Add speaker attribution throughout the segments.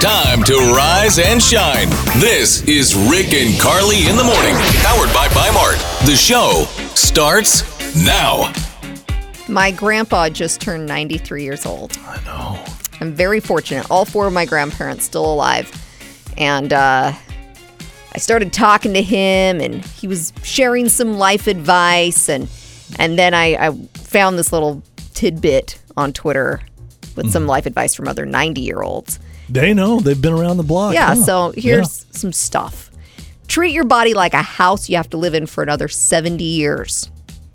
Speaker 1: Time to rise and shine. This is Rick and Carly in the morning, powered by Mart. The show starts now.
Speaker 2: My grandpa just turned 93 years old. I know. I'm very fortunate. All four of my grandparents still alive. And uh, I started talking to him and he was sharing some life advice and and then I, I found this little tidbit on Twitter with some life advice from other 90 year olds.
Speaker 3: They know they've been around the block.
Speaker 2: oh, Yeah,
Speaker 3: huh?
Speaker 2: so here's some stuff. Treat your body like a house you have to live in for another 70 years.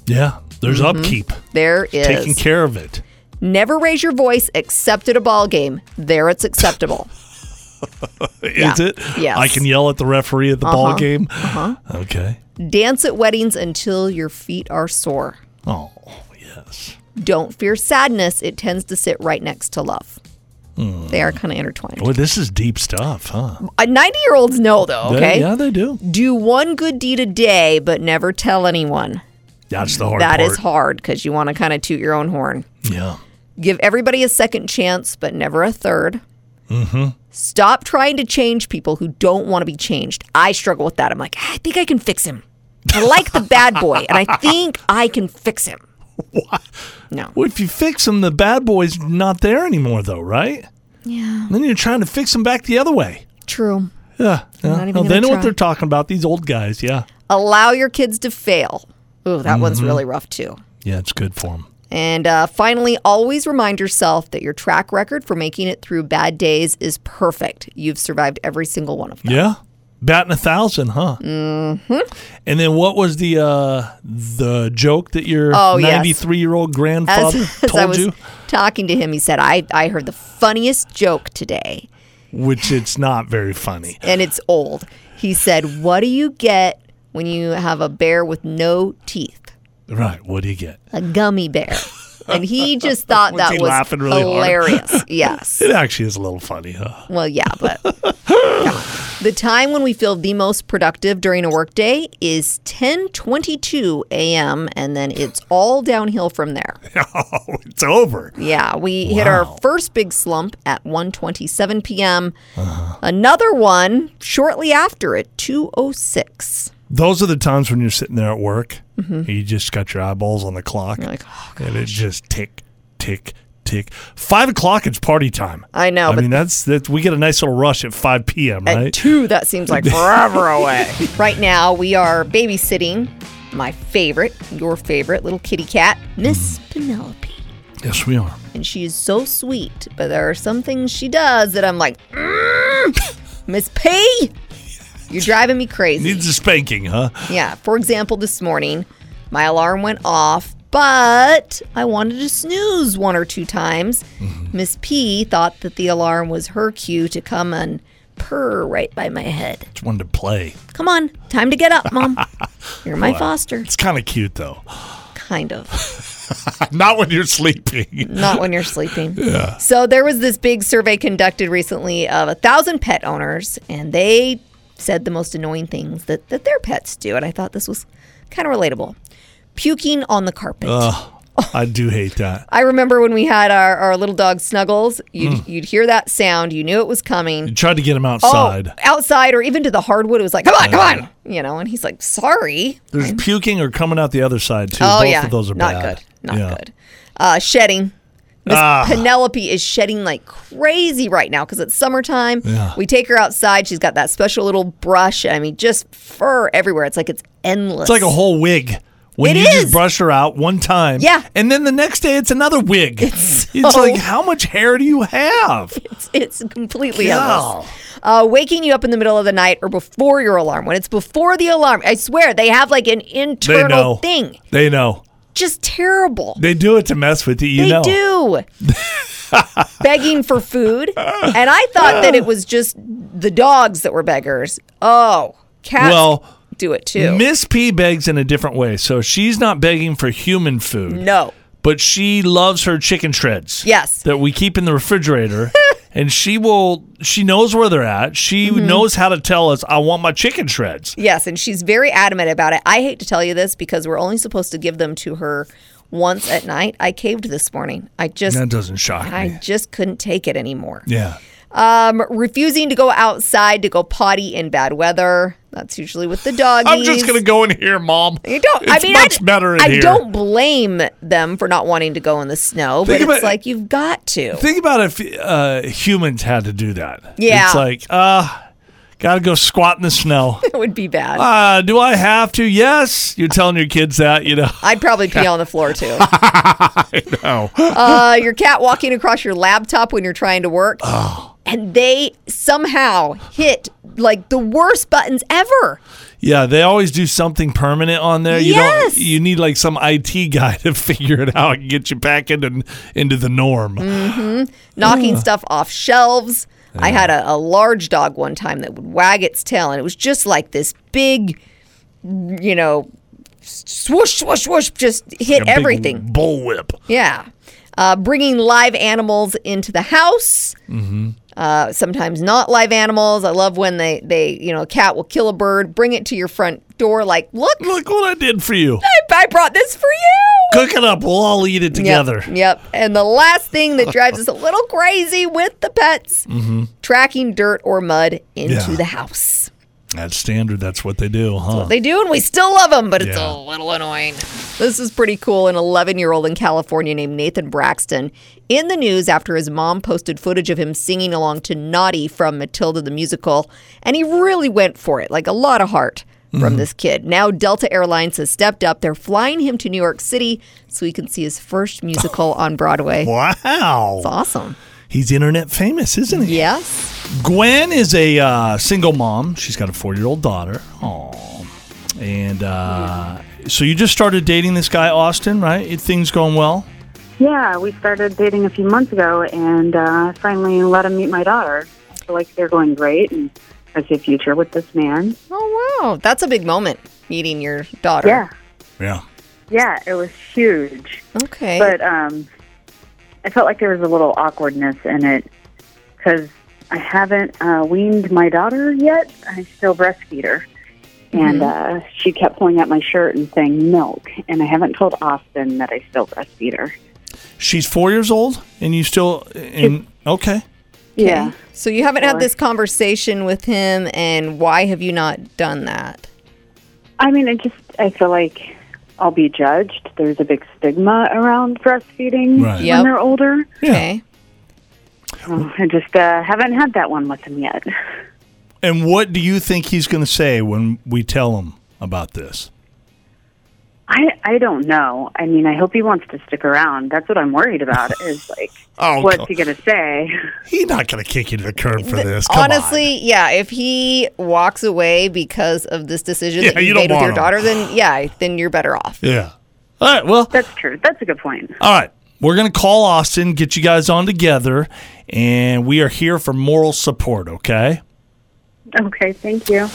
Speaker 3: yeah. Yeah. There's
Speaker 2: Mm-hmm.
Speaker 3: upkeep,
Speaker 2: There is.
Speaker 3: taking care of it.
Speaker 2: Never raise your voice except at a ball game. There it's acceptable.
Speaker 3: Is
Speaker 2: Yeah.
Speaker 3: it?
Speaker 2: Yes.
Speaker 3: I can yell at the referee at the ball game. Uh-huh. Okay.
Speaker 2: Dance at weddings until your feet are sore.
Speaker 3: Oh yes.
Speaker 2: Don't fear sadness. It tends to sit right next to love.
Speaker 3: Hmm.
Speaker 2: They are kind of intertwined.
Speaker 3: Boy, this is deep stuff, huh?
Speaker 2: Uh, 90 year olds know, though,
Speaker 3: They-
Speaker 2: okay?
Speaker 3: yeah, they do.
Speaker 2: Do one good deed a day, but never tell anyone.
Speaker 3: That's the hard
Speaker 2: That
Speaker 3: part.
Speaker 2: is hard because you want to kind of toot your own horn.
Speaker 3: Yeah.
Speaker 2: Give everybody a second chance, but never a 3rd Mm-hmm. Stop trying to change people who don't want to be changed. I struggle with that. I'm like, I think I can fix him. I like the bad boy, and I think I can fix him. No.
Speaker 3: Well, if you fix them, the bad boy's not there anymore, though, right?
Speaker 2: Yeah.
Speaker 3: Then you're trying to fix them back the other way.
Speaker 2: True.
Speaker 3: Yeah. yeah.
Speaker 2: not even
Speaker 3: No,
Speaker 2: gonna
Speaker 3: they know
Speaker 2: try.
Speaker 3: what they're talking about. These old guys. Yeah.
Speaker 2: Allow your kids to fail. Ooh, that one's really rough too.
Speaker 3: Yeah, it's good for them.
Speaker 2: And uh, finally, always remind yourself that your track record for making it through bad days is perfect. You've survived every single one of them.
Speaker 3: Yeah. Batting a thousand, huh? Mm-hmm. And then what was the uh, the joke that your
Speaker 2: Oh, yes.
Speaker 3: 93 year old
Speaker 2: As,
Speaker 3: grandfather
Speaker 2: as
Speaker 3: told
Speaker 2: I was
Speaker 3: you?
Speaker 2: talking to him, he said, I, I heard the funniest joke today,
Speaker 3: Which it's not very funny.
Speaker 2: and it's old. He said, What do you get when you have a bear with no teeth?
Speaker 3: Right. What do you get?
Speaker 2: A gummy bear. And he just thought
Speaker 3: Was
Speaker 2: that
Speaker 3: he
Speaker 2: was
Speaker 3: laughing really hard?
Speaker 2: hilarious. Yes.
Speaker 3: It actually is a little funny, huh?
Speaker 2: Well, yeah, but yeah. the time when we feel the most productive during a workday is 10:22 a.m. and then it's all downhill from there.
Speaker 3: Oh, it's over.
Speaker 2: Yeah, we hit our
Speaker 3: Wow.
Speaker 2: first big slump at 1:27 p.m.
Speaker 3: Uh-huh.
Speaker 2: Another one shortly after at 2:06.
Speaker 3: Those are the times when you're sitting there at work. and You just got your eyeballs on the clock.
Speaker 2: Mm-hmm. You're like, "Oh,
Speaker 3: and it just tick, tick, tick. Five o'clock, it's party time.
Speaker 2: I know,
Speaker 3: I
Speaker 2: but
Speaker 3: mean, that's that. We get a nice little rush at 5 p.m.,
Speaker 2: at
Speaker 3: right?
Speaker 2: 2 that seems like forever away. Right now we are babysitting my favorite, your favorite little kitty cat, Miss
Speaker 3: Mm-hmm.
Speaker 2: Penelope.
Speaker 3: yes, we are.
Speaker 2: and she is so sweet, but there are some things she does that I'm like, "Mm, Miss P, you're driving me crazy.
Speaker 3: Needs a spanking, huh?
Speaker 2: Yeah. For example, this morning, my alarm went off, but I wanted to snooze one or two times. Miss P thought that the alarm was her cue to come and purr right by my head.
Speaker 3: Just wanted to play.
Speaker 2: Come on, time to get up, Mom. You're my foster.
Speaker 3: It's kind of cute though.
Speaker 2: Kind of.
Speaker 3: Not when you're sleeping.
Speaker 2: not when you're sleeping. Yeah. So there was this big survey conducted recently of a thousand pet owners, and they said the most annoying things that, that their pets do. And I thought this was kind of relatable. Puking on the carpet.
Speaker 3: I do hate that.
Speaker 2: I remember when we had our, our little dog Snuggles, you'd,
Speaker 3: Hmm.
Speaker 2: you'd hear that sound, you knew it was coming.
Speaker 3: Tried to get him outside.
Speaker 2: Oh, outside or even to the hardwood, it was like, come on, come on. You know, and he's like, sorry.
Speaker 3: There's puking or coming out the other side too.
Speaker 2: Oh
Speaker 3: Both
Speaker 2: yeah,
Speaker 3: of those are
Speaker 2: not
Speaker 3: bad.
Speaker 2: good. Not
Speaker 3: Yeah.
Speaker 2: good. Uh, shedding. Miss
Speaker 3: Ah.
Speaker 2: Penelope is shedding like crazy right now because it's summertime.
Speaker 3: Yeah.
Speaker 2: We take her outside. She's got that special little brush. I mean, just fur everywhere. It's like it's endless.
Speaker 3: It's like a whole wig. When
Speaker 2: It
Speaker 3: you
Speaker 2: is.
Speaker 3: just brush her out one time,
Speaker 2: Yeah.
Speaker 3: and then the next day it's another wig. It's,
Speaker 2: so-
Speaker 3: like how much hair do you have?
Speaker 2: It's, it's completely
Speaker 3: Yeah.
Speaker 2: endless. Uh, waking you up in the middle of the night or before your alarm. When it's before the alarm, I swear they have like an
Speaker 3: They
Speaker 2: internal
Speaker 3: know.
Speaker 2: thing.
Speaker 3: They know.
Speaker 2: Just terrible.
Speaker 3: They do it to mess with you. You
Speaker 2: They
Speaker 3: know.
Speaker 2: do. Begging for food. And I thought that it was just the dogs that were beggars. Oh, cats
Speaker 3: Well,
Speaker 2: do it too.
Speaker 3: Miss P begs in a different way, so she's not begging for human food.
Speaker 2: no.
Speaker 3: but she loves her chicken shreds.
Speaker 2: Yes.
Speaker 3: That we keep in the refrigerator. and she will she knows where they're at. She
Speaker 2: Mm-hmm.
Speaker 3: knows how to tell us I want my chicken shreds.
Speaker 2: Yes. And she's very adamant about it. I hate to tell you this because we're only supposed to give them to her once at night. I caved this morning. I just,
Speaker 3: That doesn't shock
Speaker 2: I
Speaker 3: me.
Speaker 2: just couldn't take it anymore.
Speaker 3: Yeah.
Speaker 2: Um, refusing to go outside to go potty in bad weather. That's usually with the doggies.
Speaker 3: I'm just gonna go in here, Mom.
Speaker 2: You don't.
Speaker 3: It's
Speaker 2: I mean,
Speaker 3: much
Speaker 2: I,
Speaker 3: better in
Speaker 2: I
Speaker 3: here.
Speaker 2: don't blame them for not wanting to go in the snow, but
Speaker 3: Think
Speaker 2: it's
Speaker 3: about-
Speaker 2: like you've got to.
Speaker 3: Think about if uh, humans had to do that.
Speaker 2: Yeah.
Speaker 3: It's like, uh, gotta go squat in the snow.
Speaker 2: it would be bad.
Speaker 3: Uh, do I have to? Yes. You're telling your kids that, you know.
Speaker 2: I'd probably pee on the floor too. I Uh, your cat walking across your laptop when you're trying to work.
Speaker 3: Oh.
Speaker 2: And they somehow hit like the worst buttons ever.
Speaker 3: Yeah, they always do something permanent on there. You
Speaker 2: Yes.
Speaker 3: don't you need like some IT guy to figure it out and get you back into into the norm.
Speaker 2: Mm, knocking stuff off shelves. I had a, a large dog one time that would wag its tail, and it was just like this big, you know, swoosh, swoosh, swoosh, just hit
Speaker 3: A big
Speaker 2: everything.
Speaker 3: Bullwhip.
Speaker 2: Yeah. Uh, bringing live animals into the house. Mm-hmm. Uh, sometimes not live animals. I love when they, they, you know, a cat will kill a bird, bring it to your front door, like, look,
Speaker 3: Look what I did for you.
Speaker 2: I, I brought this for you.
Speaker 3: Cook it up. We'll all eat it
Speaker 2: Yep,
Speaker 3: together.
Speaker 2: Yep, And the last thing that drives us a little crazy with the pets tracking dirt or mud into
Speaker 3: Mm-hmm. Yeah.
Speaker 2: the house.
Speaker 3: That's standard. That's what they do, huh?
Speaker 2: They do, and we still love them, but it's
Speaker 3: Yeah.
Speaker 2: a little annoying. This is pretty cool. An 11 year old in California named Nathan Braxton in the news after his mom posted footage of him singing along to Naughty from Matilda the Musical, and he really went for it, like a lot of heart.
Speaker 3: Mm-hmm.
Speaker 2: From this kid. Now, Delta Airlines has stepped up. They're flying him to New York City so he can see his first musical on Broadway.
Speaker 3: Wow.
Speaker 2: Awesome.
Speaker 3: He's internet famous, isn't he?
Speaker 2: Yes.
Speaker 3: Gwen is a uh, single mom. She's got a four year old daughter. Aww. And uh, so you just started dating this guy, Austin, right? It, things going well?
Speaker 4: Yeah, we started dating a few months ago, and uh, finally let him meet my daughter. I feel like they're going great, and I see a future with this man.
Speaker 2: Oh wow, that's a big moment meeting your daughter.
Speaker 4: Yeah,
Speaker 3: Yeah.
Speaker 4: yeah, it was huge.
Speaker 2: Okay.
Speaker 4: But um, I felt like there was a little awkwardness in it because I haven't uh, weaned my daughter yet. I still breastfeed her. And uh, she kept pulling at my shirt and saying milk. And I haven't told Austin that I still breastfeed her.
Speaker 3: She's four years old, and you still. And, okay.
Speaker 4: Yeah.
Speaker 2: so you haven't had
Speaker 4: Sure.
Speaker 2: this conversation with him, and why have you not done that?
Speaker 4: I mean, I just I feel like I'll be judged. There's a big stigma around breastfeeding
Speaker 3: Right.
Speaker 4: when
Speaker 2: Yep.
Speaker 4: they're older.
Speaker 3: Yeah.
Speaker 2: Okay.
Speaker 4: So I just uh, haven't had that one with him yet.
Speaker 3: And what do you think he's going to say when we tell him about this?
Speaker 4: I I don't know. I mean, I hope he wants to stick around. That's what I'm worried about. Is like,
Speaker 3: Oh,
Speaker 4: what's
Speaker 3: God.
Speaker 4: he gonna say?
Speaker 3: He's not going to kick you to the curb for this. Come on.
Speaker 2: Honestly, yeah. If he walks away because of this decision
Speaker 3: Yeah,
Speaker 2: that you,
Speaker 3: you don't
Speaker 2: made with
Speaker 3: want
Speaker 2: your
Speaker 3: him.
Speaker 2: daughter, then yeah, then you're better off.
Speaker 3: Yeah. All right. Well,
Speaker 4: That's true. That's a good point.
Speaker 3: All right. We're going to call Austin, get you guys on together, and we are here for moral support, okay?
Speaker 4: Okay, thank you.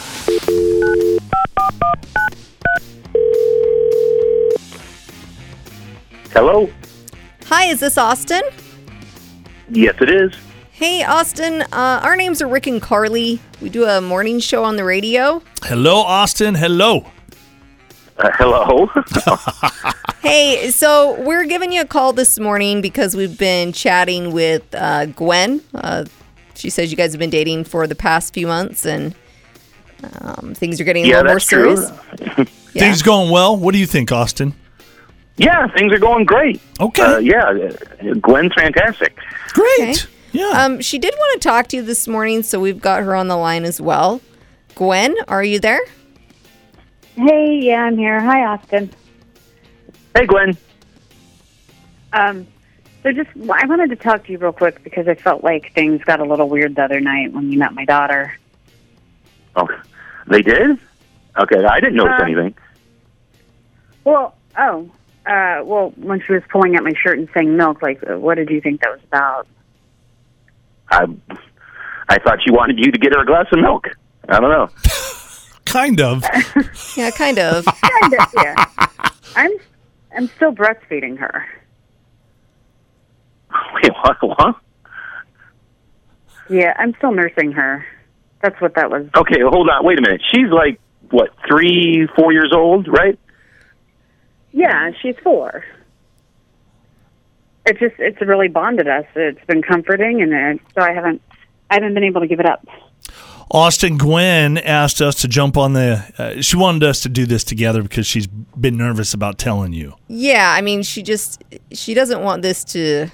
Speaker 5: Hello?
Speaker 2: Hi, is this Austin?
Speaker 5: Yes, it is.
Speaker 2: Hey, Austin. Uh, our names are Rick and Carly. We do a morning show on the radio.
Speaker 3: Hello, Austin. Hello.
Speaker 5: Uh, hello? Oh,
Speaker 2: Hey, so we're giving you a call this morning because we've been chatting with uh, Gwen. Uh, she says you guys have been dating for the past few months and um, things are getting a
Speaker 5: yeah,
Speaker 2: little more
Speaker 5: that's true.
Speaker 2: serious. Yeah.
Speaker 3: Things going well? What do you think, Austin?
Speaker 5: Yeah, things are going great.
Speaker 3: Okay.
Speaker 5: Uh, yeah, uh, Gwen's fantastic.
Speaker 3: Great.
Speaker 2: Okay.
Speaker 3: Yeah.
Speaker 2: Um, she did want to talk to you this morning, so we've got her on the line as well. Gwen, are you there?
Speaker 4: Hey, yeah, I'm here. Hi, Austin.
Speaker 5: Hey, Gwen.
Speaker 4: Um, so just I wanted to talk to you real quick because I felt like things got a little weird the other night when you met my daughter.
Speaker 5: Oh, they did? Okay, I didn't notice
Speaker 4: Uh,
Speaker 5: anything.
Speaker 4: Well, oh, uh, well, when she was pulling at my shirt and saying milk, like, uh, what did you think that was about?
Speaker 5: I, I thought she wanted you to get her a glass of milk. I don't know.
Speaker 3: kind of.
Speaker 2: Yeah, kind of.
Speaker 4: Kind of, yeah. I'm, I'm still breastfeeding her.
Speaker 5: Wait, what? what?
Speaker 4: Yeah, I'm still nursing her. That's what that was.
Speaker 5: Okay, hold on. Wait a minute. She's like, what, three, four years old, right?
Speaker 4: Yeah, she's four. It just, it's really bonded us. It's been comforting, and it, so I haven't I haven't been able to give it up.
Speaker 3: Austin Gwen asked us to jump on the. Uh, she wanted us to do this together because she's been nervous about telling you.
Speaker 2: Yeah, I mean, she just she doesn't want this to.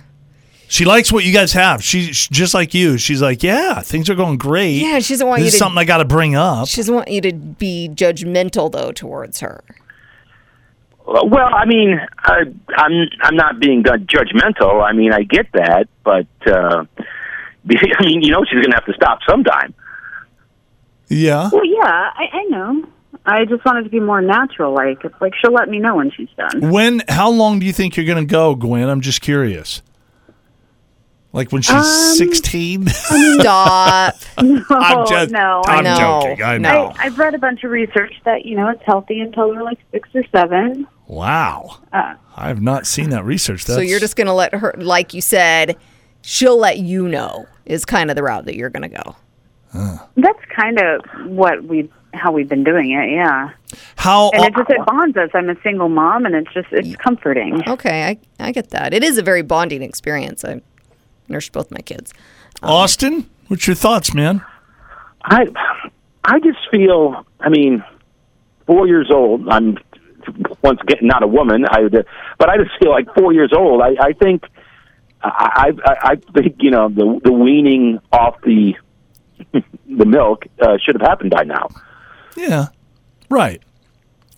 Speaker 3: She likes what you guys have. She, she just like you. She's like, yeah, things are going great.
Speaker 2: Yeah, she doesn't want
Speaker 3: this
Speaker 2: you
Speaker 3: is
Speaker 2: to-
Speaker 3: something I got to bring up.
Speaker 2: She doesn't want you to be judgmental though towards her.
Speaker 5: Well, I mean, I, I'm I'm not being judgmental. I mean, I get that, but uh, I mean, you know, she's going to have to stop sometime.
Speaker 3: Yeah.
Speaker 4: Well, yeah, I, I know. I just wanted to be more natural. Like, it's like she'll let me know when she's done.
Speaker 3: When? How long do you think you're going to go, Gwen? I'm just curious. Like when
Speaker 2: Um,
Speaker 3: she's 16.
Speaker 2: Stop.
Speaker 3: I'm just.
Speaker 4: Oh, no, I
Speaker 3: I'm
Speaker 2: know.
Speaker 3: joking. I
Speaker 2: No.
Speaker 3: know.
Speaker 4: I, I've read a bunch of research that you know it's healthy until we're like six or seven.
Speaker 3: Wow. I have not seen that research. That's,
Speaker 2: so you're just gonna let her, like you said, she'll let you know is kind of the route that you're gonna go.
Speaker 4: That's kind of what we how we've been doing it. Yeah,
Speaker 3: how
Speaker 4: and it just it bonds us. I'm a single mom, and it's just it's comforting.
Speaker 2: Okay, I I get that. It is a very bonding experience. I nursed both my kids.
Speaker 3: Austin? What's your thoughts, man?
Speaker 5: I I just feel. I mean, four years old. I'm once again not a woman. I would- but I just feel like four years old. I, I think I, I I think you know the the weaning off the the milk uh, should have happened by now.
Speaker 3: Yeah. Right.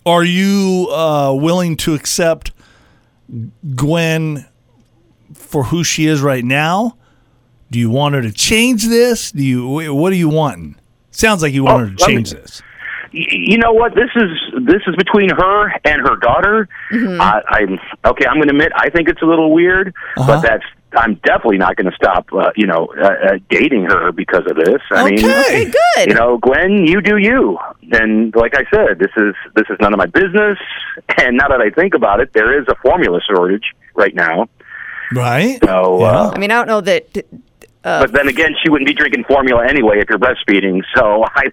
Speaker 3: Are you uh, willing to accept Gwen for who she is right now? Do you want her to change this? Do you wh- what are you wanting? Sounds like you want
Speaker 5: Oh,
Speaker 3: her to
Speaker 5: let me-
Speaker 3: change this.
Speaker 5: Y- You know what? This is this is between her and her daughter.
Speaker 3: Mm-hmm.
Speaker 5: I, I'm okay. I'm going to admit I think it's a little weird,
Speaker 3: Uh-huh.
Speaker 5: but that's I'm definitely not going to stop. Uh, you know, uh, uh, dating her because of this. I mean,
Speaker 3: Okay. Okay,
Speaker 2: good.
Speaker 5: You know, Gwen, you do you. And like I said, this is this is none of my business. And now that I think about it, there is a formula shortage right now.
Speaker 3: Right?
Speaker 5: So, uh,
Speaker 2: I mean, I don't know that,
Speaker 5: but then again, she wouldn't be drinking formula anyway if you're breastfeeding. So I.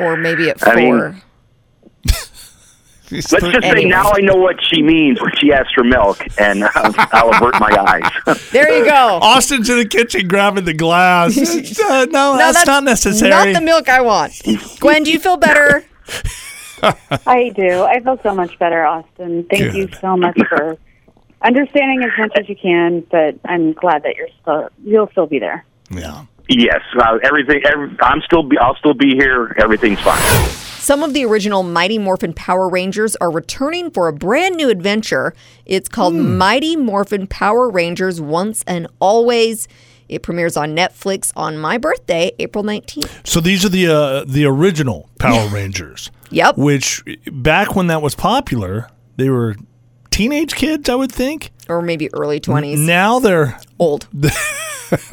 Speaker 2: or maybe at four.
Speaker 5: I mean- Let's just say
Speaker 2: Anyway.
Speaker 5: now I know what she means when she asks for milk, and I'll, I'll avert my eyes.
Speaker 2: there you go.
Speaker 3: Austin's in the kitchen grabbing the glass. Uh, no, that's, not necessary.
Speaker 2: Not the milk I want. Gwen, do you feel better?
Speaker 4: I do. I feel so much better, Austin. Thank you
Speaker 3: Good.
Speaker 4: so much for understanding as much as you can. But I'm glad that you're still you'll still be there.
Speaker 3: yeah.
Speaker 5: yes, uh, everything. Every, I'm still. Be, I'll still be here. Everything's fine.
Speaker 2: Some of the original Mighty Morphin Power Rangers are returning for a brand new adventure. It's called
Speaker 3: Hmm.
Speaker 2: Mighty Morphin Power Rangers Once and Always. It premieres on Netflix on my birthday, April 19th.
Speaker 3: So these are the uh, the original Power Rangers.
Speaker 2: Yep.
Speaker 3: Which back when that was popular, they were teenage kids, I would think.
Speaker 2: Or maybe early 20s.
Speaker 3: Now they're
Speaker 2: Old.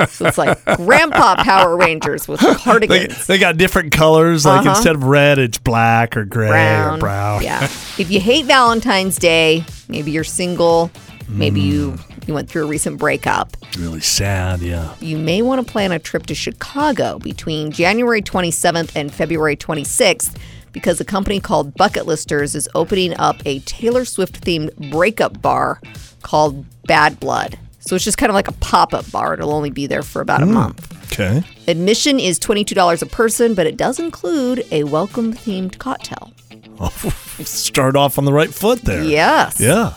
Speaker 2: so it's like Grandpa Power Rangers with
Speaker 3: they,
Speaker 2: cardigans.
Speaker 3: they got different colors. Like
Speaker 2: Uh-huh.
Speaker 3: instead of red, it's black or gray or
Speaker 2: brown.
Speaker 3: brown.
Speaker 2: Yeah. if you hate Valentine's Day, maybe you're single, maybe
Speaker 3: Hmm.
Speaker 2: you, you went through a recent breakup.
Speaker 3: Really sad. Yeah.
Speaker 2: you may want to plan a trip to Chicago between January 27th and February 26th because a company called Bucket Listers is opening up a Taylor Swift themed breakup bar called Bad Blood. So it's just kind of like a pop up bar. It'll only be there for about a month.
Speaker 3: Okay.
Speaker 2: Admission is $22 a person, but it does include a welcome themed cocktail.
Speaker 3: Start off on the right foot there.
Speaker 2: Yes.
Speaker 3: Yeah.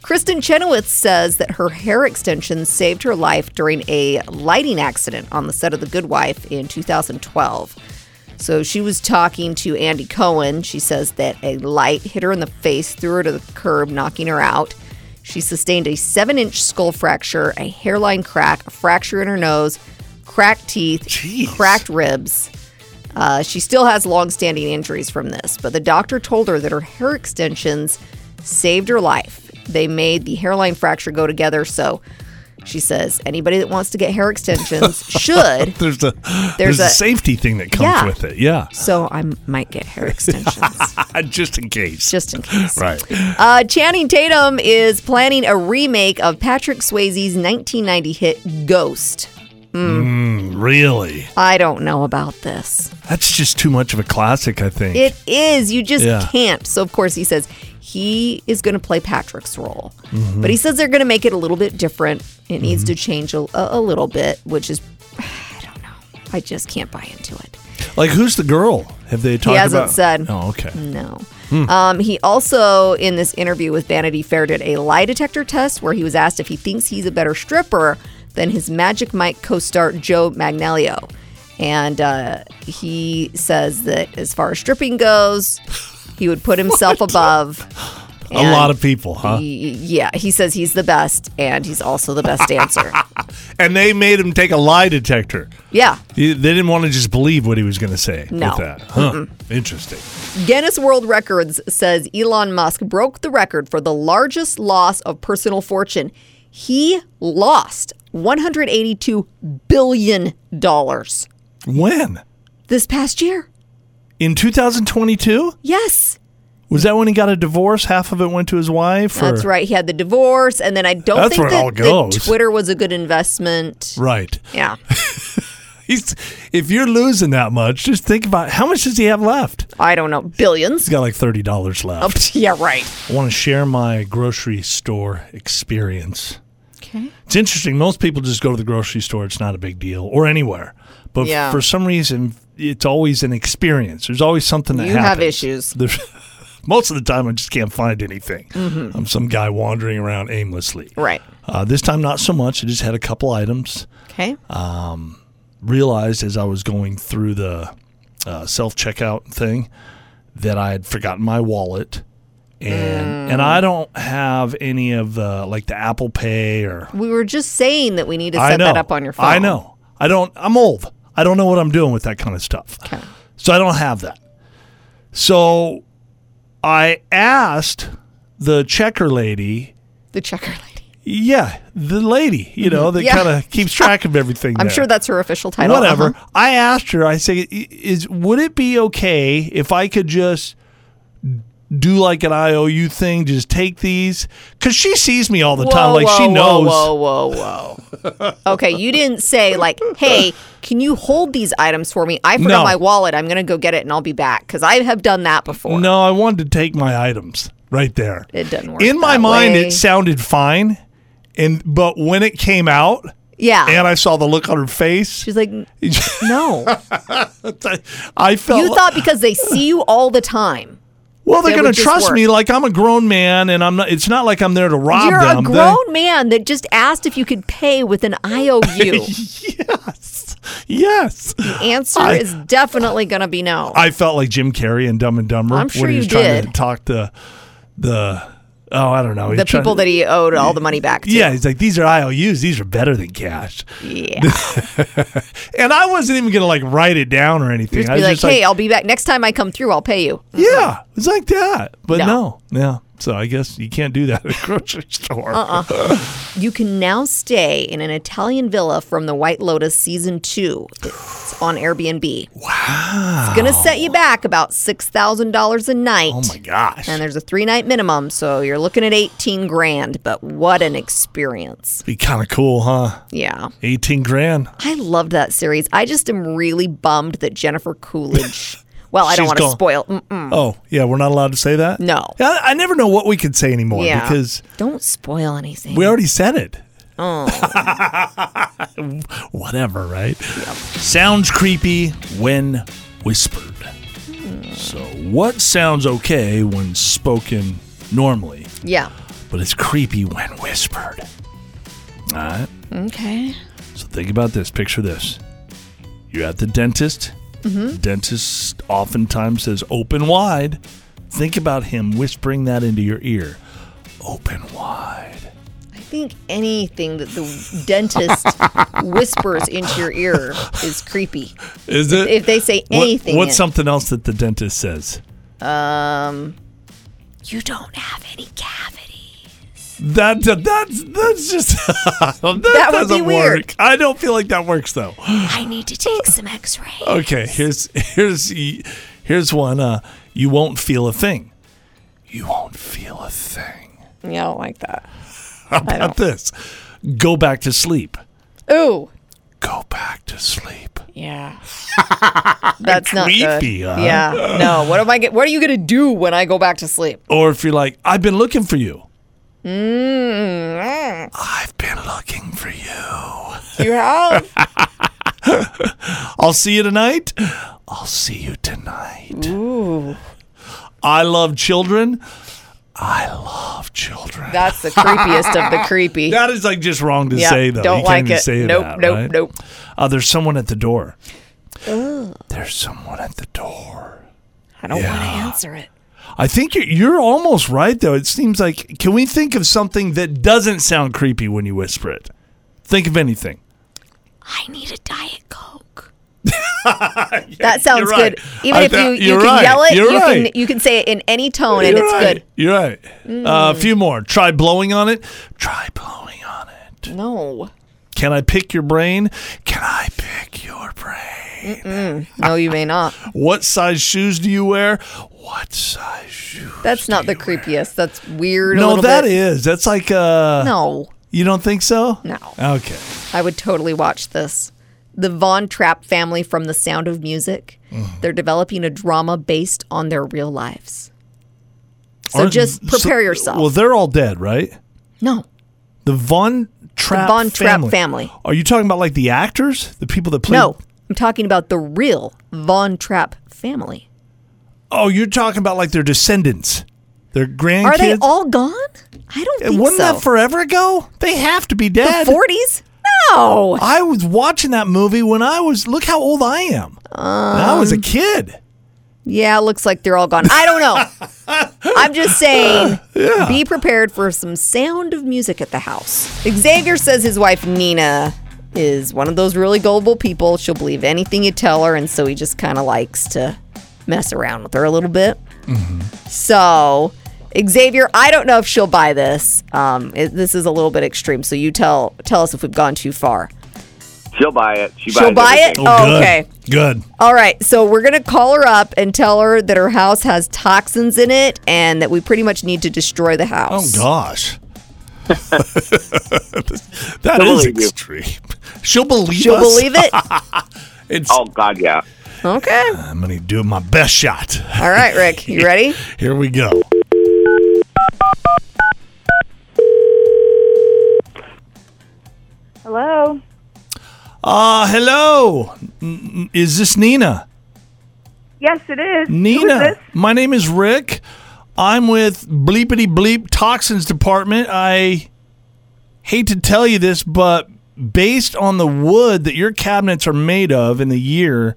Speaker 2: Kristen Chenoweth says that her hair extension saved her life during a lighting accident on the set of The Good Wife in 2012. So she was talking to Andy Cohen. She says that a light hit her in the face, threw her to the curb, knocking her out. She sustained a seven inch skull fracture, a hairline crack, a fracture in her nose, cracked teeth,
Speaker 3: Jeez.
Speaker 2: cracked ribs. Uh, she still has long-standing injuries from this, but the doctor told her that her hair extensions saved her life. They made the hairline fracture go together, so she says anybody that wants to get hair extensions should.
Speaker 3: There's the
Speaker 2: There's
Speaker 3: there's, a,
Speaker 2: a-
Speaker 3: safety thing that comes
Speaker 2: Yeah.
Speaker 3: with it. Yeah.
Speaker 2: So I might get hair extensions
Speaker 3: Just in case.
Speaker 2: just in case.
Speaker 3: right.
Speaker 2: Uh, Channing Tatum is planning a remake of Patrick Swayze's 1990 hit Ghost.
Speaker 3: Really.
Speaker 2: I don't know about this.
Speaker 3: That's just too much of a classic. I think.
Speaker 2: It is. You just
Speaker 3: Yeah.
Speaker 2: can't. So, of course, he says he is going to play Patrick's role. But he says they're going to make it a little bit different. It needs to change a, a a little bit, which is, I don't know. I just can't buy into it.
Speaker 3: Like, who's the girl? Have they talked
Speaker 2: hasn't
Speaker 3: about?
Speaker 2: said. Mm.
Speaker 3: Oh, okay.
Speaker 2: No. Um, he also, in this interview with Vanity Fair, did a lie detector test where he was asked if he thinks he's a better stripper than his Magic Mike co star Joe Magnelio. And uh, he says that as far as stripping goes, he would put himself above.
Speaker 3: A lot of people, huh?
Speaker 2: Yeah, he says he's the best, and he's also the best dancer.
Speaker 3: And they made him take a lie detector.
Speaker 2: yeah,
Speaker 3: They didn't want to just believe what he was going to say
Speaker 2: No.
Speaker 3: with that. Huh. Interesting.
Speaker 2: Guinness World Records says Elon Musk broke the record for the largest loss of personal fortune. He lost $182 billion this
Speaker 3: When?
Speaker 2: past year.
Speaker 3: In 2022?
Speaker 2: Yes,
Speaker 3: Was that when he got a divorce? Half of it went to his wife? or-
Speaker 2: that's right. He had the divorce, and then I don't
Speaker 3: That's
Speaker 2: think
Speaker 3: where it
Speaker 2: that,
Speaker 3: all
Speaker 2: that
Speaker 3: goes.
Speaker 2: Twitter was a good investment.
Speaker 3: Right.
Speaker 2: Yeah,
Speaker 3: He's, if you're losing that much, just think about how much does he have left?
Speaker 2: I don't know, billions.
Speaker 3: He's got like $30 left.
Speaker 2: Oh, yeah, right.
Speaker 3: I want to share my grocery store experience.
Speaker 2: Okay.
Speaker 3: It's interesting. Most people just go to the grocery store. It's not a big deal or anywhere. But
Speaker 2: Yeah.
Speaker 3: for some reason, it's always an experience. There's always something that
Speaker 2: You have
Speaker 3: happens.
Speaker 2: issues.
Speaker 3: There's- most of the time, I just can't find anything. I'm some guy wandering around aimlessly.
Speaker 2: Mm-hmm. Right.
Speaker 3: Uh, this time, not so much. I just had a couple items.
Speaker 2: Okay.
Speaker 3: Uh, Realized as I was going through the uh, self checkout thing that I had forgotten my wallet. And,
Speaker 2: Mm.
Speaker 3: and I don't have any of the like the Apple Pay or
Speaker 2: we were just saying that we need to
Speaker 3: I
Speaker 2: set
Speaker 3: know.
Speaker 2: that up on your phone.
Speaker 3: I know. I don't. I'm old. I don't know what I'm doing with that kind of stuff.
Speaker 2: Okay.
Speaker 3: So I don't have that. So I asked the checker lady.
Speaker 2: The checker lady.
Speaker 3: Yeah, the lady. You know that
Speaker 2: Mm-hmm. Yeah.
Speaker 3: kind of keeps track of everything.
Speaker 2: I'm
Speaker 3: there.
Speaker 2: sure that's her official title.
Speaker 3: Whatever.
Speaker 2: Uh-huh.
Speaker 3: I asked her. I say, "I- is would it be okay if I could just do like an IOU thing? Just take these because she sees me all the time. Like she knows.
Speaker 2: Whoa, whoa, whoa, whoa. okay, you didn't say like, "Hey, can you hold these items for me? I forgot
Speaker 3: No.
Speaker 2: my wallet. I'm gonna go get it and I'll be back." Because I have done that before.
Speaker 3: No, I wanted to take my items right there.
Speaker 2: It doesn't work
Speaker 3: In my
Speaker 2: that
Speaker 3: mind,
Speaker 2: way.
Speaker 3: it sounded fine, and but when it came out,
Speaker 2: Yeah.
Speaker 3: and I saw the look on her face,
Speaker 2: She's like, "No."
Speaker 3: I felt
Speaker 2: you thought because they see you all the time.
Speaker 3: well, they're
Speaker 2: that
Speaker 3: going
Speaker 2: would
Speaker 3: to
Speaker 2: just
Speaker 3: trust
Speaker 2: work.
Speaker 3: me like I'm a grown man, and I'm not. It's not like I'm there to rob
Speaker 2: You're
Speaker 3: them.
Speaker 2: a
Speaker 3: They-
Speaker 2: grown man that just asked if you could pay with an IOU.
Speaker 3: yes, yes.
Speaker 2: Answer
Speaker 3: I-
Speaker 2: is definitely gonna be no.
Speaker 3: I felt like Jim Carrey in Dumb and Dumber
Speaker 2: I'm sure
Speaker 3: when he
Speaker 2: you
Speaker 3: was trying to
Speaker 2: did.
Speaker 3: talk to the oh, I don't know
Speaker 2: the people that he owed all the money back to.
Speaker 3: Yeah, he's like, these are IOUs. These are better than cash.
Speaker 2: Yeah.
Speaker 3: And I wasn't even gonna like write it down or anything.
Speaker 2: Just
Speaker 3: I
Speaker 2: be
Speaker 3: was
Speaker 2: like,
Speaker 3: just
Speaker 2: hey,
Speaker 3: like,
Speaker 2: I'll be back next time I come through. I'll pay you.
Speaker 3: yeah, it's like that. But
Speaker 2: No.
Speaker 3: no. yeah. So I guess you can't do that at a grocery store.
Speaker 2: Uh-uh. You can now stay in an Italian villa from The White Lotus season two. It's on Airbnb. Wow. It's going to set you back about $6,000 a night.
Speaker 3: Oh my gosh!
Speaker 2: And there's a three night minimum, so you're looking at 18 grand, but what an experience.
Speaker 3: Be kind of cool, huh?
Speaker 2: Yeah.
Speaker 3: Eighteen grand.
Speaker 2: I loved that series. I just am really bummed that Jennifer Coolidge. Well, I don't
Speaker 3: She's
Speaker 2: want to
Speaker 3: gone.
Speaker 2: spoil. Mm-mm.
Speaker 3: Oh yeah, we're not allowed to say that.
Speaker 2: No.
Speaker 3: Yeah, I, I never know what we can say anymore
Speaker 2: Yeah.
Speaker 3: because
Speaker 2: Don't spoil anything.
Speaker 3: we already said it. Oh. Whatever, right? Sounds creepy when whispered. So what sounds okay when spoken normally?
Speaker 2: yeah.
Speaker 3: but it's creepy when whispered. All right.
Speaker 2: Okay.
Speaker 3: So think about this. Picture this. You're at the dentist. Dentist oftentimes says open wide. Think about him whispering that into your ear. Open wide.
Speaker 2: I think anything that the dentist whispers into your ear is creepy.
Speaker 3: Is it?
Speaker 2: If they say
Speaker 3: What-
Speaker 2: anything,
Speaker 3: what's
Speaker 2: in-
Speaker 3: something else that the dentist says?
Speaker 2: Um, You don't have any cavity.
Speaker 3: That, uh, that's that's just that,
Speaker 2: would be
Speaker 3: doesn't
Speaker 2: weird.
Speaker 3: work. I don't feel like that works though.
Speaker 2: I need to take some X-rays.
Speaker 3: Okay, here's here's here's one. Uh, you won't feel a thing. You won't feel a thing.
Speaker 2: Yeah, I don't like that.
Speaker 3: How about this? Go back to sleep.
Speaker 2: Ooh.
Speaker 3: Go back to sleep.
Speaker 2: Yeah. That's not good.
Speaker 3: Creepy, huh?
Speaker 2: Yeah. No. What am I? Get, what are you gonna do when I go back to sleep?
Speaker 3: Or if you're like, I've been looking for you.
Speaker 2: Mm.
Speaker 3: I've been looking for you.
Speaker 2: You have.
Speaker 3: I'll see you tonight. I'll see you tonight. I love children. I love children.
Speaker 2: That's the creepiest of the creepy.
Speaker 3: That is like just wrong to
Speaker 2: Yeah,
Speaker 3: say though.
Speaker 2: don't
Speaker 3: you
Speaker 2: like
Speaker 3: can't even
Speaker 2: it.
Speaker 3: Say
Speaker 2: Nope,
Speaker 3: that,
Speaker 2: nope,
Speaker 3: right?
Speaker 2: nope.
Speaker 3: Uh, there's someone at the door. There's someone at the door.
Speaker 2: I don't want to answer it.
Speaker 3: I think you're, you're almost right though. It seems like can we think of something that doesn't sound creepy when you whisper it? Think of anything.
Speaker 2: I need a diet coke. that sounds
Speaker 3: right.
Speaker 2: good. Even
Speaker 3: I
Speaker 2: if you,
Speaker 3: thought-
Speaker 2: you
Speaker 3: you're
Speaker 2: can
Speaker 3: right.
Speaker 2: yell it,
Speaker 3: You're
Speaker 2: you
Speaker 3: right.
Speaker 2: can you can say it in any tone and
Speaker 3: You're
Speaker 2: it's Mm.
Speaker 3: right. You're right. Uh, a few more. Try blowing on it. Try blowing on it.
Speaker 2: good. No.
Speaker 3: Can I pick your brain? Can I pick your brain?
Speaker 2: No, you may not.
Speaker 3: What size shoes do you wear? What size shoes?
Speaker 2: That's not the creepiest. That's weird. a
Speaker 3: No,
Speaker 2: little
Speaker 3: that
Speaker 2: bit.
Speaker 3: is. That's like uh
Speaker 2: No,
Speaker 3: you don't think so?
Speaker 2: No.
Speaker 3: Okay.
Speaker 2: I would totally watch this. The Von Trapp family from The Sound of Music.
Speaker 3: Mm-hmm.
Speaker 2: They're developing a drama based on their real lives. So
Speaker 3: Aren't-
Speaker 2: just prepare
Speaker 3: so-
Speaker 2: yourself.
Speaker 3: Well, they're all dead, right?
Speaker 2: no,
Speaker 3: The Von Trapp
Speaker 2: Von Trapp
Speaker 3: family.
Speaker 2: family.
Speaker 3: Are you talking about like the actors? The people that play
Speaker 2: no. I'm talking about the real Von Trapp family.
Speaker 3: Oh, you're talking about like their descendants. Their grandkids.
Speaker 2: Are they all gone? I don't think
Speaker 3: Wasn't
Speaker 2: so.
Speaker 3: that forever ago? They have to be dead.
Speaker 2: the 40s? No.
Speaker 3: I was watching that movie when I was. Look how old I am. When I
Speaker 2: Um,
Speaker 3: was a kid.
Speaker 2: Yeah, looks like they're all gone. I don't know. I'm just saying, be prepared for some sound of music at the house. Xavier says his wife Nina is one of those really gullible people. She'll believe anything you tell her, and so he just kind of likes to mess around with her a little bit. So, Xavier, I don't know if she'll buy this. Um, it, this is a little bit extreme, so you tell tell us if we've gone too far.
Speaker 6: She'll buy it. She
Speaker 2: She'll
Speaker 6: buys
Speaker 2: buy
Speaker 6: everything.
Speaker 2: it. Oh, okay.
Speaker 3: Good.
Speaker 2: All right, so we're gonna call her up and tell her that her house has toxins in it, and that we pretty much need to destroy the
Speaker 3: Oh
Speaker 2: house.
Speaker 3: gosh. that is
Speaker 6: Totally do.
Speaker 3: extreme. She'll believe
Speaker 2: She'll
Speaker 3: us.
Speaker 2: believe it.
Speaker 3: It's,
Speaker 6: Oh God, yeah.
Speaker 2: Okay.
Speaker 3: I'm gonna do my best shot.
Speaker 2: All right, Rick, you ready?
Speaker 3: Here we go.
Speaker 4: Hello.
Speaker 3: Uh hello. N- Is this Nina?
Speaker 4: Yes, it is. Who is
Speaker 3: Nina.
Speaker 4: this?
Speaker 3: My name is Rick. I'm with Bleepity Bleep Toxins Department. I hate to tell you this, but based on the wood that your cabinets are made of and the year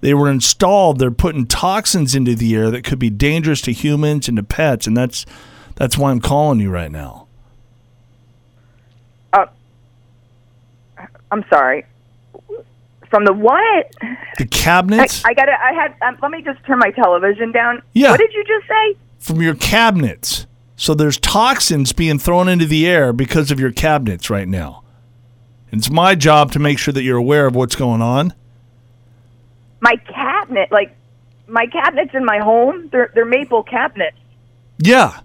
Speaker 3: they were installed, they're putting toxins into the air that could be dangerous to humans and to pets, and that's that's why I'm calling you right now.
Speaker 4: I'm sorry. From the what?
Speaker 3: The
Speaker 4: I,
Speaker 3: cabinets
Speaker 4: I gotta. I had. Um, let me just turn my television down.
Speaker 3: Yeah.
Speaker 4: What did you just say?
Speaker 3: from your cabinets. So there's toxins being thrown into the air because of your cabinets right now. It's my job to make sure that you're aware of what's going on.
Speaker 4: My cabinet, like my cabinets in my home. They're they're maple cabinets.
Speaker 3: Yeah.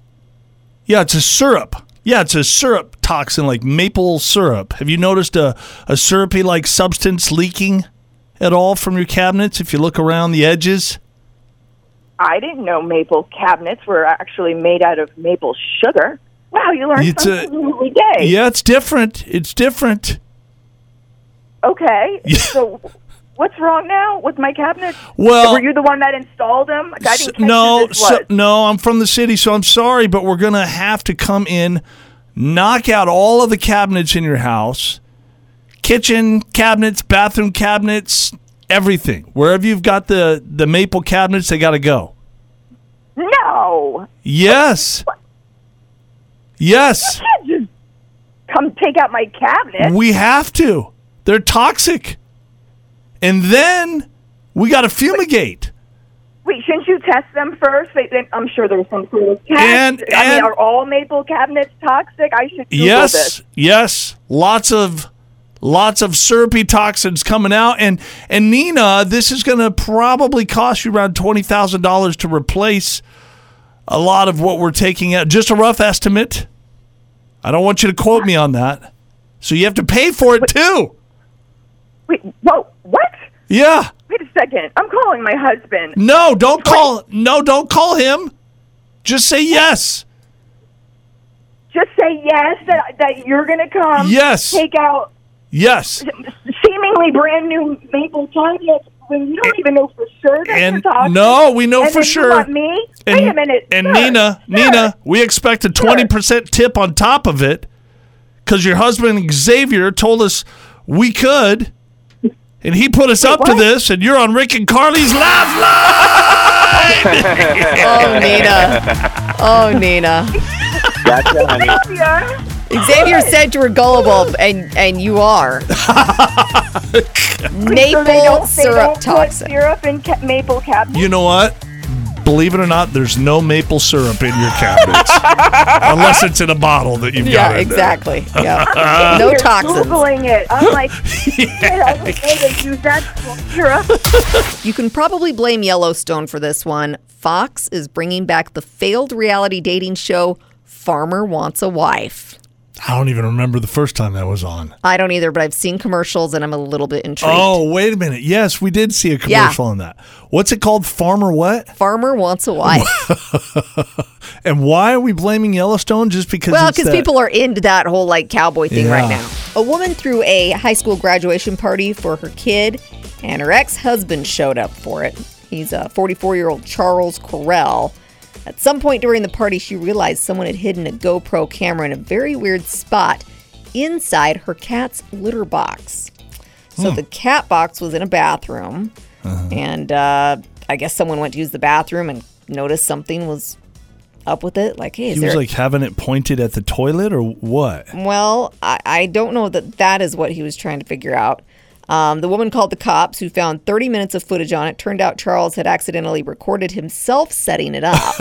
Speaker 3: Yeah, it's a syrup. Yeah, it's a syrup toxin like maple syrup. Have you noticed a, a syrupy like substance leaking at all from your cabinets if you look around the edges?
Speaker 4: I didn't know maple cabinets were actually made out of maple sugar. Wow, you learn
Speaker 3: It's a-
Speaker 4: something every day.
Speaker 3: Yeah, it's different. It's different.
Speaker 4: Okay.
Speaker 3: Yeah.
Speaker 4: So what's wrong now with my cabinets?
Speaker 3: Well-
Speaker 4: were you the one that installed them? I didn't
Speaker 3: So-
Speaker 4: catch who
Speaker 3: no,
Speaker 4: this
Speaker 3: so,
Speaker 4: was.
Speaker 3: no, I'm from the city, so I'm sorry, but we're gonna have to come in, knock out all of the cabinets in your house, kitchen cabinets, bathroom cabinets, everything. Wherever you've got the the maple cabinets, they gotta go.
Speaker 4: no.
Speaker 3: Yes. Yes,
Speaker 4: Can't just come take out my cabinet.
Speaker 3: we have to. They're toxic, and then we gotta fumigate.
Speaker 4: Wait, shouldn't you test them first? Wait, then I'm sure there's some sort of test.
Speaker 3: And-
Speaker 4: I mean,
Speaker 3: and-
Speaker 4: are all maple cabinets toxic? I should Google
Speaker 3: yes,
Speaker 4: this.
Speaker 3: yes, lots of lots of syrupy toxins coming out, and and Nina, this is going to probably cost you around twenty thousand dollars to replace a lot of what we're taking out. Just a rough estimate. I don't want you to quote me on that. So you have to pay for it too.
Speaker 4: Wait, whoa, what?
Speaker 3: Yeah.
Speaker 4: Wait a second. I'm calling my husband.
Speaker 3: No, don't call. No, don't call him. Just say yes.
Speaker 4: Just say yes that, that you're going to come
Speaker 3: Yes.
Speaker 4: take out
Speaker 3: Yes.
Speaker 4: see me
Speaker 7: seemingly brand new maple tablets when you don't even know for sure that
Speaker 3: and
Speaker 7: you're talking.
Speaker 3: no, we know
Speaker 7: And
Speaker 3: for
Speaker 7: then you
Speaker 3: sure.
Speaker 7: want me?
Speaker 3: And,
Speaker 7: Wait a minute.
Speaker 3: And
Speaker 7: Sure,
Speaker 3: Nina,
Speaker 7: sure.
Speaker 3: Nina, we expect a twenty percent tip on top of it, because your husband Xavier told us we could, and he put us up to this. And you're on Rick and Carly's live line.
Speaker 2: Oh, Nina. Oh, Nina.
Speaker 6: Gotcha, honey.
Speaker 7: Yeah.
Speaker 2: Xavier said you were gullible, and and you are.
Speaker 7: So they
Speaker 2: Maple
Speaker 7: don't, they don't
Speaker 2: syrup
Speaker 7: put
Speaker 2: toxic.
Speaker 7: syrup in ca- maple cabinets.
Speaker 3: You know what? Believe it or not, there's no maple syrup in your cabinets, unless it's in a bottle that you've
Speaker 2: Yeah,
Speaker 3: got. in there.
Speaker 2: exactly. Yeah, no
Speaker 7: You're
Speaker 2: toxins.
Speaker 7: Googling it. I'm like, shit, I didn't know they use that syrup.
Speaker 2: You can probably blame Yellowstone for this one. Fox is bringing back the failed reality dating show Farmer Wants a Wife.
Speaker 3: I don't even remember the first time that was on.
Speaker 2: I don't either, but I've seen commercials and I'm a little bit intrigued.
Speaker 3: Oh, wait a minute. Yes, we did see
Speaker 2: Yeah.
Speaker 3: a commercial on that. What's it called? Farmer what?
Speaker 2: Farmer Wants a Wife.
Speaker 3: And why are we blaming Yellowstone? Just because?
Speaker 2: Well,
Speaker 3: it's
Speaker 2: because
Speaker 3: that-
Speaker 2: people are into that whole like cowboy thing right
Speaker 3: Yeah.
Speaker 2: now. A woman threw a high school graduation party for her kid, and her ex husband showed up for it. He's a 44 year old Charles Correll. At some point during the party, she realized someone had hidden a GoPro camera in a very weird spot inside her cat's litter box.
Speaker 3: Hmm.
Speaker 2: So the cat box was in a bathroom,
Speaker 3: Uh-huh.
Speaker 2: and uh, I guess someone went to use the bathroom and noticed something was up with it. Like, hey, is
Speaker 3: He
Speaker 2: there
Speaker 3: was like having it pointed at the toilet or what?
Speaker 2: well, I, I don't know that that is what he was trying to figure out. Um, the woman called the cops, who found 30 minutes of footage on it. Turned out Charles had accidentally recorded himself setting it up.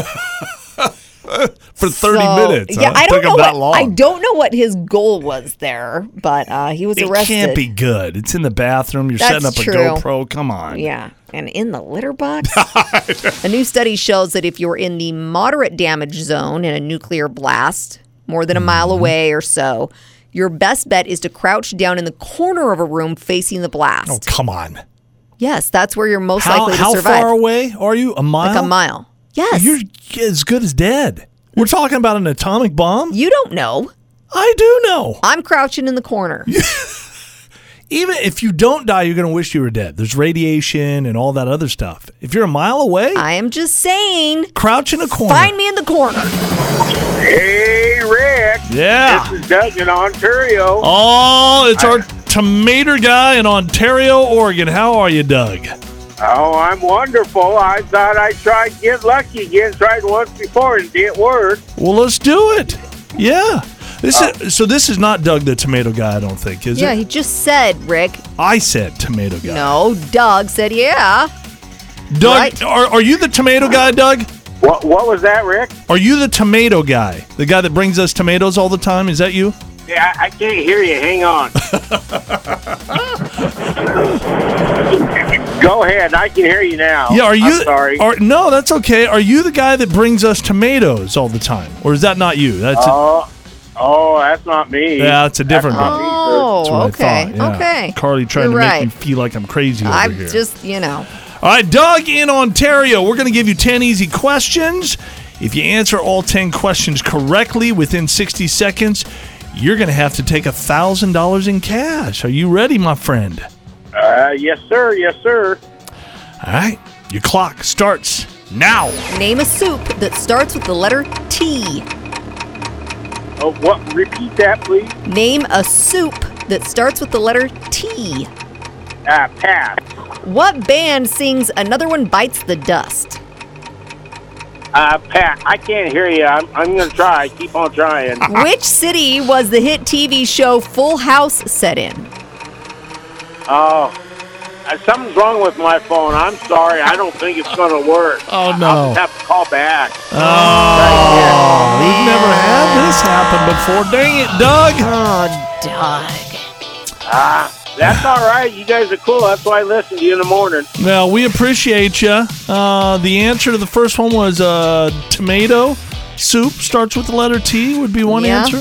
Speaker 3: For 30
Speaker 2: So-
Speaker 3: minutes.
Speaker 2: Yeah,
Speaker 3: huh?
Speaker 2: I don't
Speaker 3: Took
Speaker 2: know
Speaker 3: him
Speaker 2: what
Speaker 3: that long.
Speaker 2: I don't know what his goal was there, but uh, he was
Speaker 3: it
Speaker 2: arrested.
Speaker 3: can't be good. It's in the bathroom. You're setting up
Speaker 2: That's
Speaker 3: a
Speaker 2: true.
Speaker 3: GoPro. Come on.
Speaker 2: Yeah, and in the litter box. a new study shows that if you're in the moderate damage zone in a nuclear blast, more than a mile
Speaker 3: Mm-hmm.
Speaker 2: away or so, your best bet is to crouch down in the corner of a room facing the blast.
Speaker 3: Oh, come on.
Speaker 2: Yes, that's where you're most
Speaker 3: How,
Speaker 2: likely to
Speaker 3: how
Speaker 2: survive.
Speaker 3: far away are you? A mile?
Speaker 2: Like a mile. Yes.
Speaker 3: You're
Speaker 2: You're-
Speaker 3: as good as dead. We're talking about an atomic bomb?
Speaker 2: you do not know.
Speaker 3: I do know.
Speaker 2: I'm crouching in the corner.
Speaker 3: Even if you don't die, you're going to wish you were dead. There's radiation and all that other stuff. If you're a mile away,
Speaker 2: I am just saying.
Speaker 3: crouch in a corner.
Speaker 2: Find me in the corner.
Speaker 6: Hey, Rick.
Speaker 3: Yeah.
Speaker 6: This is Doug in Ontario.
Speaker 3: Oh, it's our tomato guy in Ontario, Oregon. How are you, Doug?
Speaker 6: Oh, I'm wonderful. I thought I tried get lucky again. Tried once before and didn't work.
Speaker 3: Well, let's do it. Yeah. This is, so this is not Doug the tomato guy, I don't think, is
Speaker 2: Uh, Yeah,
Speaker 3: it?
Speaker 2: he just said, Rick.
Speaker 3: I said tomato guy.
Speaker 2: No, Doug said, yeah.
Speaker 3: Doug,
Speaker 2: right.
Speaker 3: are, are you the tomato guy, Doug?
Speaker 6: What What was that, Rick?
Speaker 3: Are you the tomato guy? The guy that brings us tomatoes all the time? Is that you?
Speaker 6: Yeah, I, I can't hear you. Hang on. Go ahead. I can hear you
Speaker 2: Oh,
Speaker 6: now.
Speaker 3: yeah, are you
Speaker 6: I'm sorry.
Speaker 3: Are, no, that's okay. Are you the guy that brings us tomatoes all the time? Or is that not you? That's
Speaker 6: oh, oh, that's not me.
Speaker 3: Yeah, it's a different
Speaker 6: That's
Speaker 3: one.
Speaker 6: not me, sir.
Speaker 3: That's what
Speaker 2: Oh,
Speaker 3: I
Speaker 2: okay.
Speaker 3: thought, yeah.
Speaker 2: Okay.
Speaker 3: Carly trying
Speaker 2: You're
Speaker 3: to
Speaker 2: right.
Speaker 3: make me feel like I'm crazy over
Speaker 2: I'm
Speaker 3: here.
Speaker 2: just, you know.
Speaker 3: All right, Doug in Ontario, we're going to give you 10 easy questions. If you answer all 10 questions correctly within 60 seconds, you're going to have to take $1,000 in cash. Are you ready, my friend?
Speaker 6: Uh, yes, sir. Yes, sir.
Speaker 3: All right, your clock starts now.
Speaker 2: Name a soup that starts with the letter T.
Speaker 6: Oh, what? Repeat that, please.
Speaker 2: Name a soup that starts with the letter T.
Speaker 6: Ah, pass.
Speaker 2: What band sings Another One Bites the Dust?
Speaker 6: Uh, Pat, I can't hear you. I'm, I'm going to try. Keep on trying.
Speaker 2: Which city was the hit TV show Full House set in?
Speaker 6: Oh, uh, something's wrong with my phone. I'm sorry. I don't think it's going to work.
Speaker 3: Oh,
Speaker 6: I'll
Speaker 3: no.
Speaker 6: just have to call back.
Speaker 3: Oh, we've never had this happen before. Dang it, Doug.
Speaker 2: Oh, Doug.
Speaker 6: That's all right. You guys are cool. That's why I listen to you in the morning.
Speaker 3: Well, we appreciate you. Uh, the answer to the first one was uh, tomato soup starts with the letter T, would be one
Speaker 2: Yeah.
Speaker 3: answer.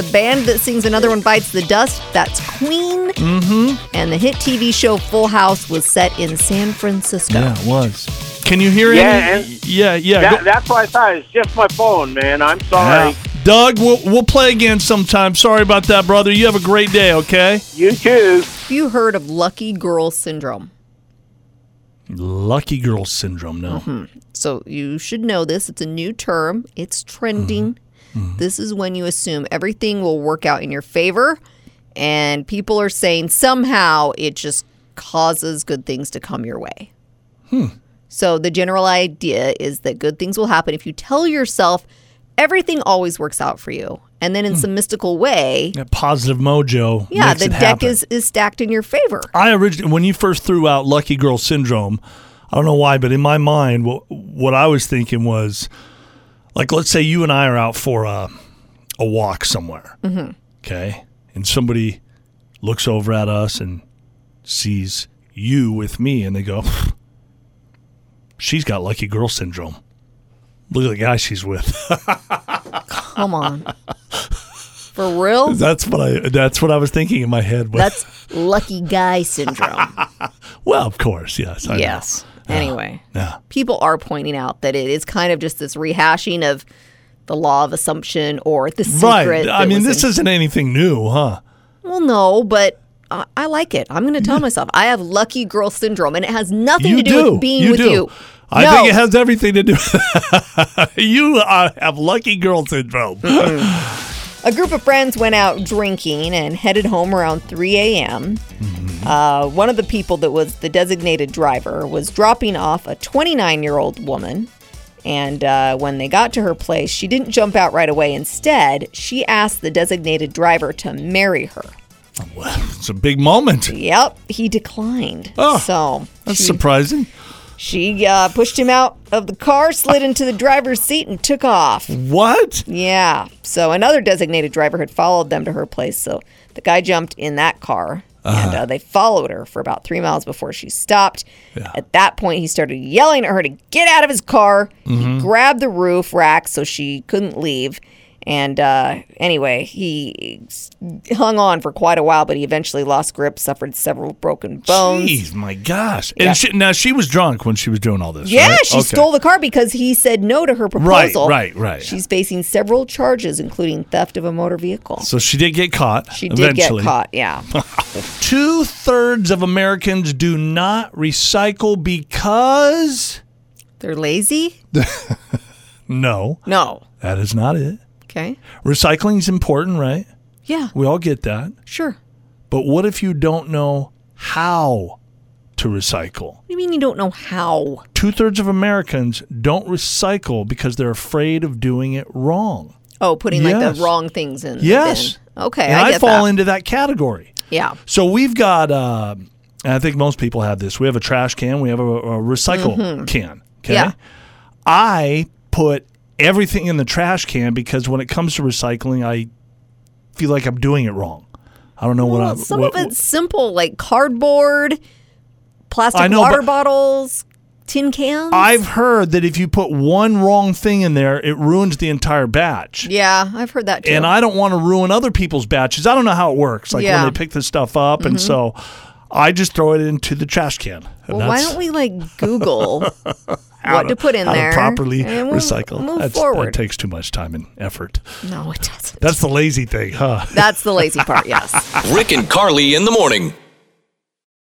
Speaker 2: The band that sings Another One Bites the Dust, that's Queen. Mm-hmm. And the hit TV show Full House was set in San Francisco.
Speaker 3: Yeah, it was. Can you hear
Speaker 6: Yeah,
Speaker 3: any?
Speaker 6: and-
Speaker 3: Yeah, yeah.
Speaker 6: That,
Speaker 3: go-
Speaker 6: that's why I thought it's just my phone, man. I'm sorry.
Speaker 3: Yeah. Doug, we'll, we'll play again sometime. Sorry about that, brother. You have a great day, okay?
Speaker 6: You too.
Speaker 2: Have you heard of lucky girl syndrome?
Speaker 3: Lucky girl syndrome, no.
Speaker 2: So you should know this. It's a new term, it's trending.
Speaker 3: Mm-hmm.
Speaker 2: This is when you assume everything will work out in your favor, and people are saying somehow it just causes good things to come your way.
Speaker 3: Hmm.
Speaker 2: So the general idea is that good things will happen if you tell yourself everything always works out for you. And then in some mystical way,
Speaker 3: That positive mojo.
Speaker 2: yeah,
Speaker 3: Hmm. makes
Speaker 2: the
Speaker 3: it
Speaker 2: deck
Speaker 3: happen.
Speaker 2: is is stacked in your favor.
Speaker 3: I originally, when you first threw out Lucky Girl Syndrome, I don't know why, but in my mind, what, what I was thinking was like, let's say you and I are out for a, a walk somewhere.
Speaker 2: Mm-hmm.
Speaker 3: Okay. And somebody looks over at us and sees you with me, and they go, she's got Lucky Girl Syndrome. Look at the guy she's with.
Speaker 2: Come on. For real?
Speaker 3: That's what I. That's what I was thinking in my head. Was,
Speaker 2: That's lucky guy syndrome.
Speaker 3: well, of course, yes. I know.
Speaker 2: yes. Anyway,
Speaker 3: Yeah.
Speaker 2: people are pointing out that it is kind of just this rehashing of the law of assumption or the secret.
Speaker 3: Right. I
Speaker 2: that
Speaker 3: mean,
Speaker 2: was
Speaker 3: this
Speaker 2: in-
Speaker 3: isn't anything new, huh?
Speaker 2: well, no, but. I I like it. I'm going to tell myself I have lucky girl syndrome, and it has nothing
Speaker 3: You
Speaker 2: to do, with being with you.
Speaker 3: I
Speaker 2: No.
Speaker 3: think it has everything to do. you uh, have lucky girl syndrome.
Speaker 2: A group of friends went out drinking and headed home around 3 a.m. Uh, one of the people that was the designated driver was dropping off a 29 year old woman. And uh, when they got to her place, she didn't jump out right away. Instead, she asked the designated driver to marry her.
Speaker 3: it's a big moment.
Speaker 2: Yep, he declined.
Speaker 3: Oh,
Speaker 2: so
Speaker 3: That's
Speaker 2: she,
Speaker 3: surprising.
Speaker 2: she uh, pushed him out of the car, slid into the driver's seat, and took off.
Speaker 3: What?
Speaker 2: Yeah. So another designated driver had followed them to her place. So the guy jumped in that car
Speaker 3: Uh-huh.
Speaker 2: and uh, they followed her for about three miles before she stopped. At that point, he started yelling at her to get out of his car.
Speaker 3: Mm-hmm.
Speaker 2: He grabbed the roof rack so she couldn't leave. And uh, anyway, he s- hung on for quite a while, but he eventually lost grip, suffered several broken bones.
Speaker 3: Jeez, my gosh! And she, now she was drunk when she was doing all this.
Speaker 2: Yeah,
Speaker 3: right?
Speaker 2: she
Speaker 3: Oh, Okay.
Speaker 2: stole the car because he said no to her proposal.
Speaker 3: right, right.
Speaker 2: She's facing several charges, including theft of a motor vehicle.
Speaker 3: So she did get caught.
Speaker 2: She did
Speaker 3: eventually.
Speaker 2: get caught, yeah.
Speaker 3: Two thirds of Americans do not recycle because
Speaker 2: They're lazy?
Speaker 3: no,
Speaker 2: No.
Speaker 3: that is not it.
Speaker 2: Okay.
Speaker 3: Recycling is important, right?
Speaker 2: Yeah,
Speaker 3: We all get that.
Speaker 2: sure. What
Speaker 3: But what if you don't know how to recycle?
Speaker 2: do you mean you don't know how?
Speaker 3: Two thirds of Americans don't recycle because they're afraid of doing it wrong.
Speaker 2: Oh, putting like
Speaker 3: Yes.
Speaker 2: the wrong things in. the
Speaker 3: Yes.
Speaker 2: bin. Okay,
Speaker 3: And
Speaker 2: I
Speaker 3: I,
Speaker 2: get
Speaker 3: fall
Speaker 2: that.
Speaker 3: into that category.
Speaker 2: Yeah.
Speaker 3: So we've got, uh, and I think most people have this. We have a trash can, we have a, a recycle can.
Speaker 2: Mm-hmm.
Speaker 3: Okay.
Speaker 2: Yeah.
Speaker 3: I put everything in the trash can because when it comes to recycling, I feel like I'm doing it wrong. I don't know what
Speaker 2: Well,
Speaker 3: I'm.
Speaker 2: some
Speaker 3: what-
Speaker 2: of it's simple, like cardboard,
Speaker 3: I
Speaker 2: plastic
Speaker 3: know,
Speaker 2: water
Speaker 3: but-
Speaker 2: bottles, tin cans.
Speaker 3: I've heard that if you put one wrong thing in there, it ruins the entire batch.
Speaker 2: yeah, I've heard that too.
Speaker 3: And I don't want to ruin other people's batches. I don't know how it works, like
Speaker 2: Yeah. Mm-hmm.
Speaker 3: when they pick this stuff up. And so I just throw it into the trash can. And
Speaker 2: well, why
Speaker 3: that's
Speaker 2: don't we like Google what
Speaker 3: how
Speaker 2: to put in
Speaker 3: how
Speaker 2: there
Speaker 3: To properly
Speaker 2: and we'll
Speaker 3: recycle.
Speaker 2: Move
Speaker 3: That's-
Speaker 2: forward.
Speaker 3: That takes too much time and effort.
Speaker 2: no, it doesn't.
Speaker 3: That's the lazy thing, huh?
Speaker 2: That's the lazy part. Yes.
Speaker 1: Rick and Carly in the morning.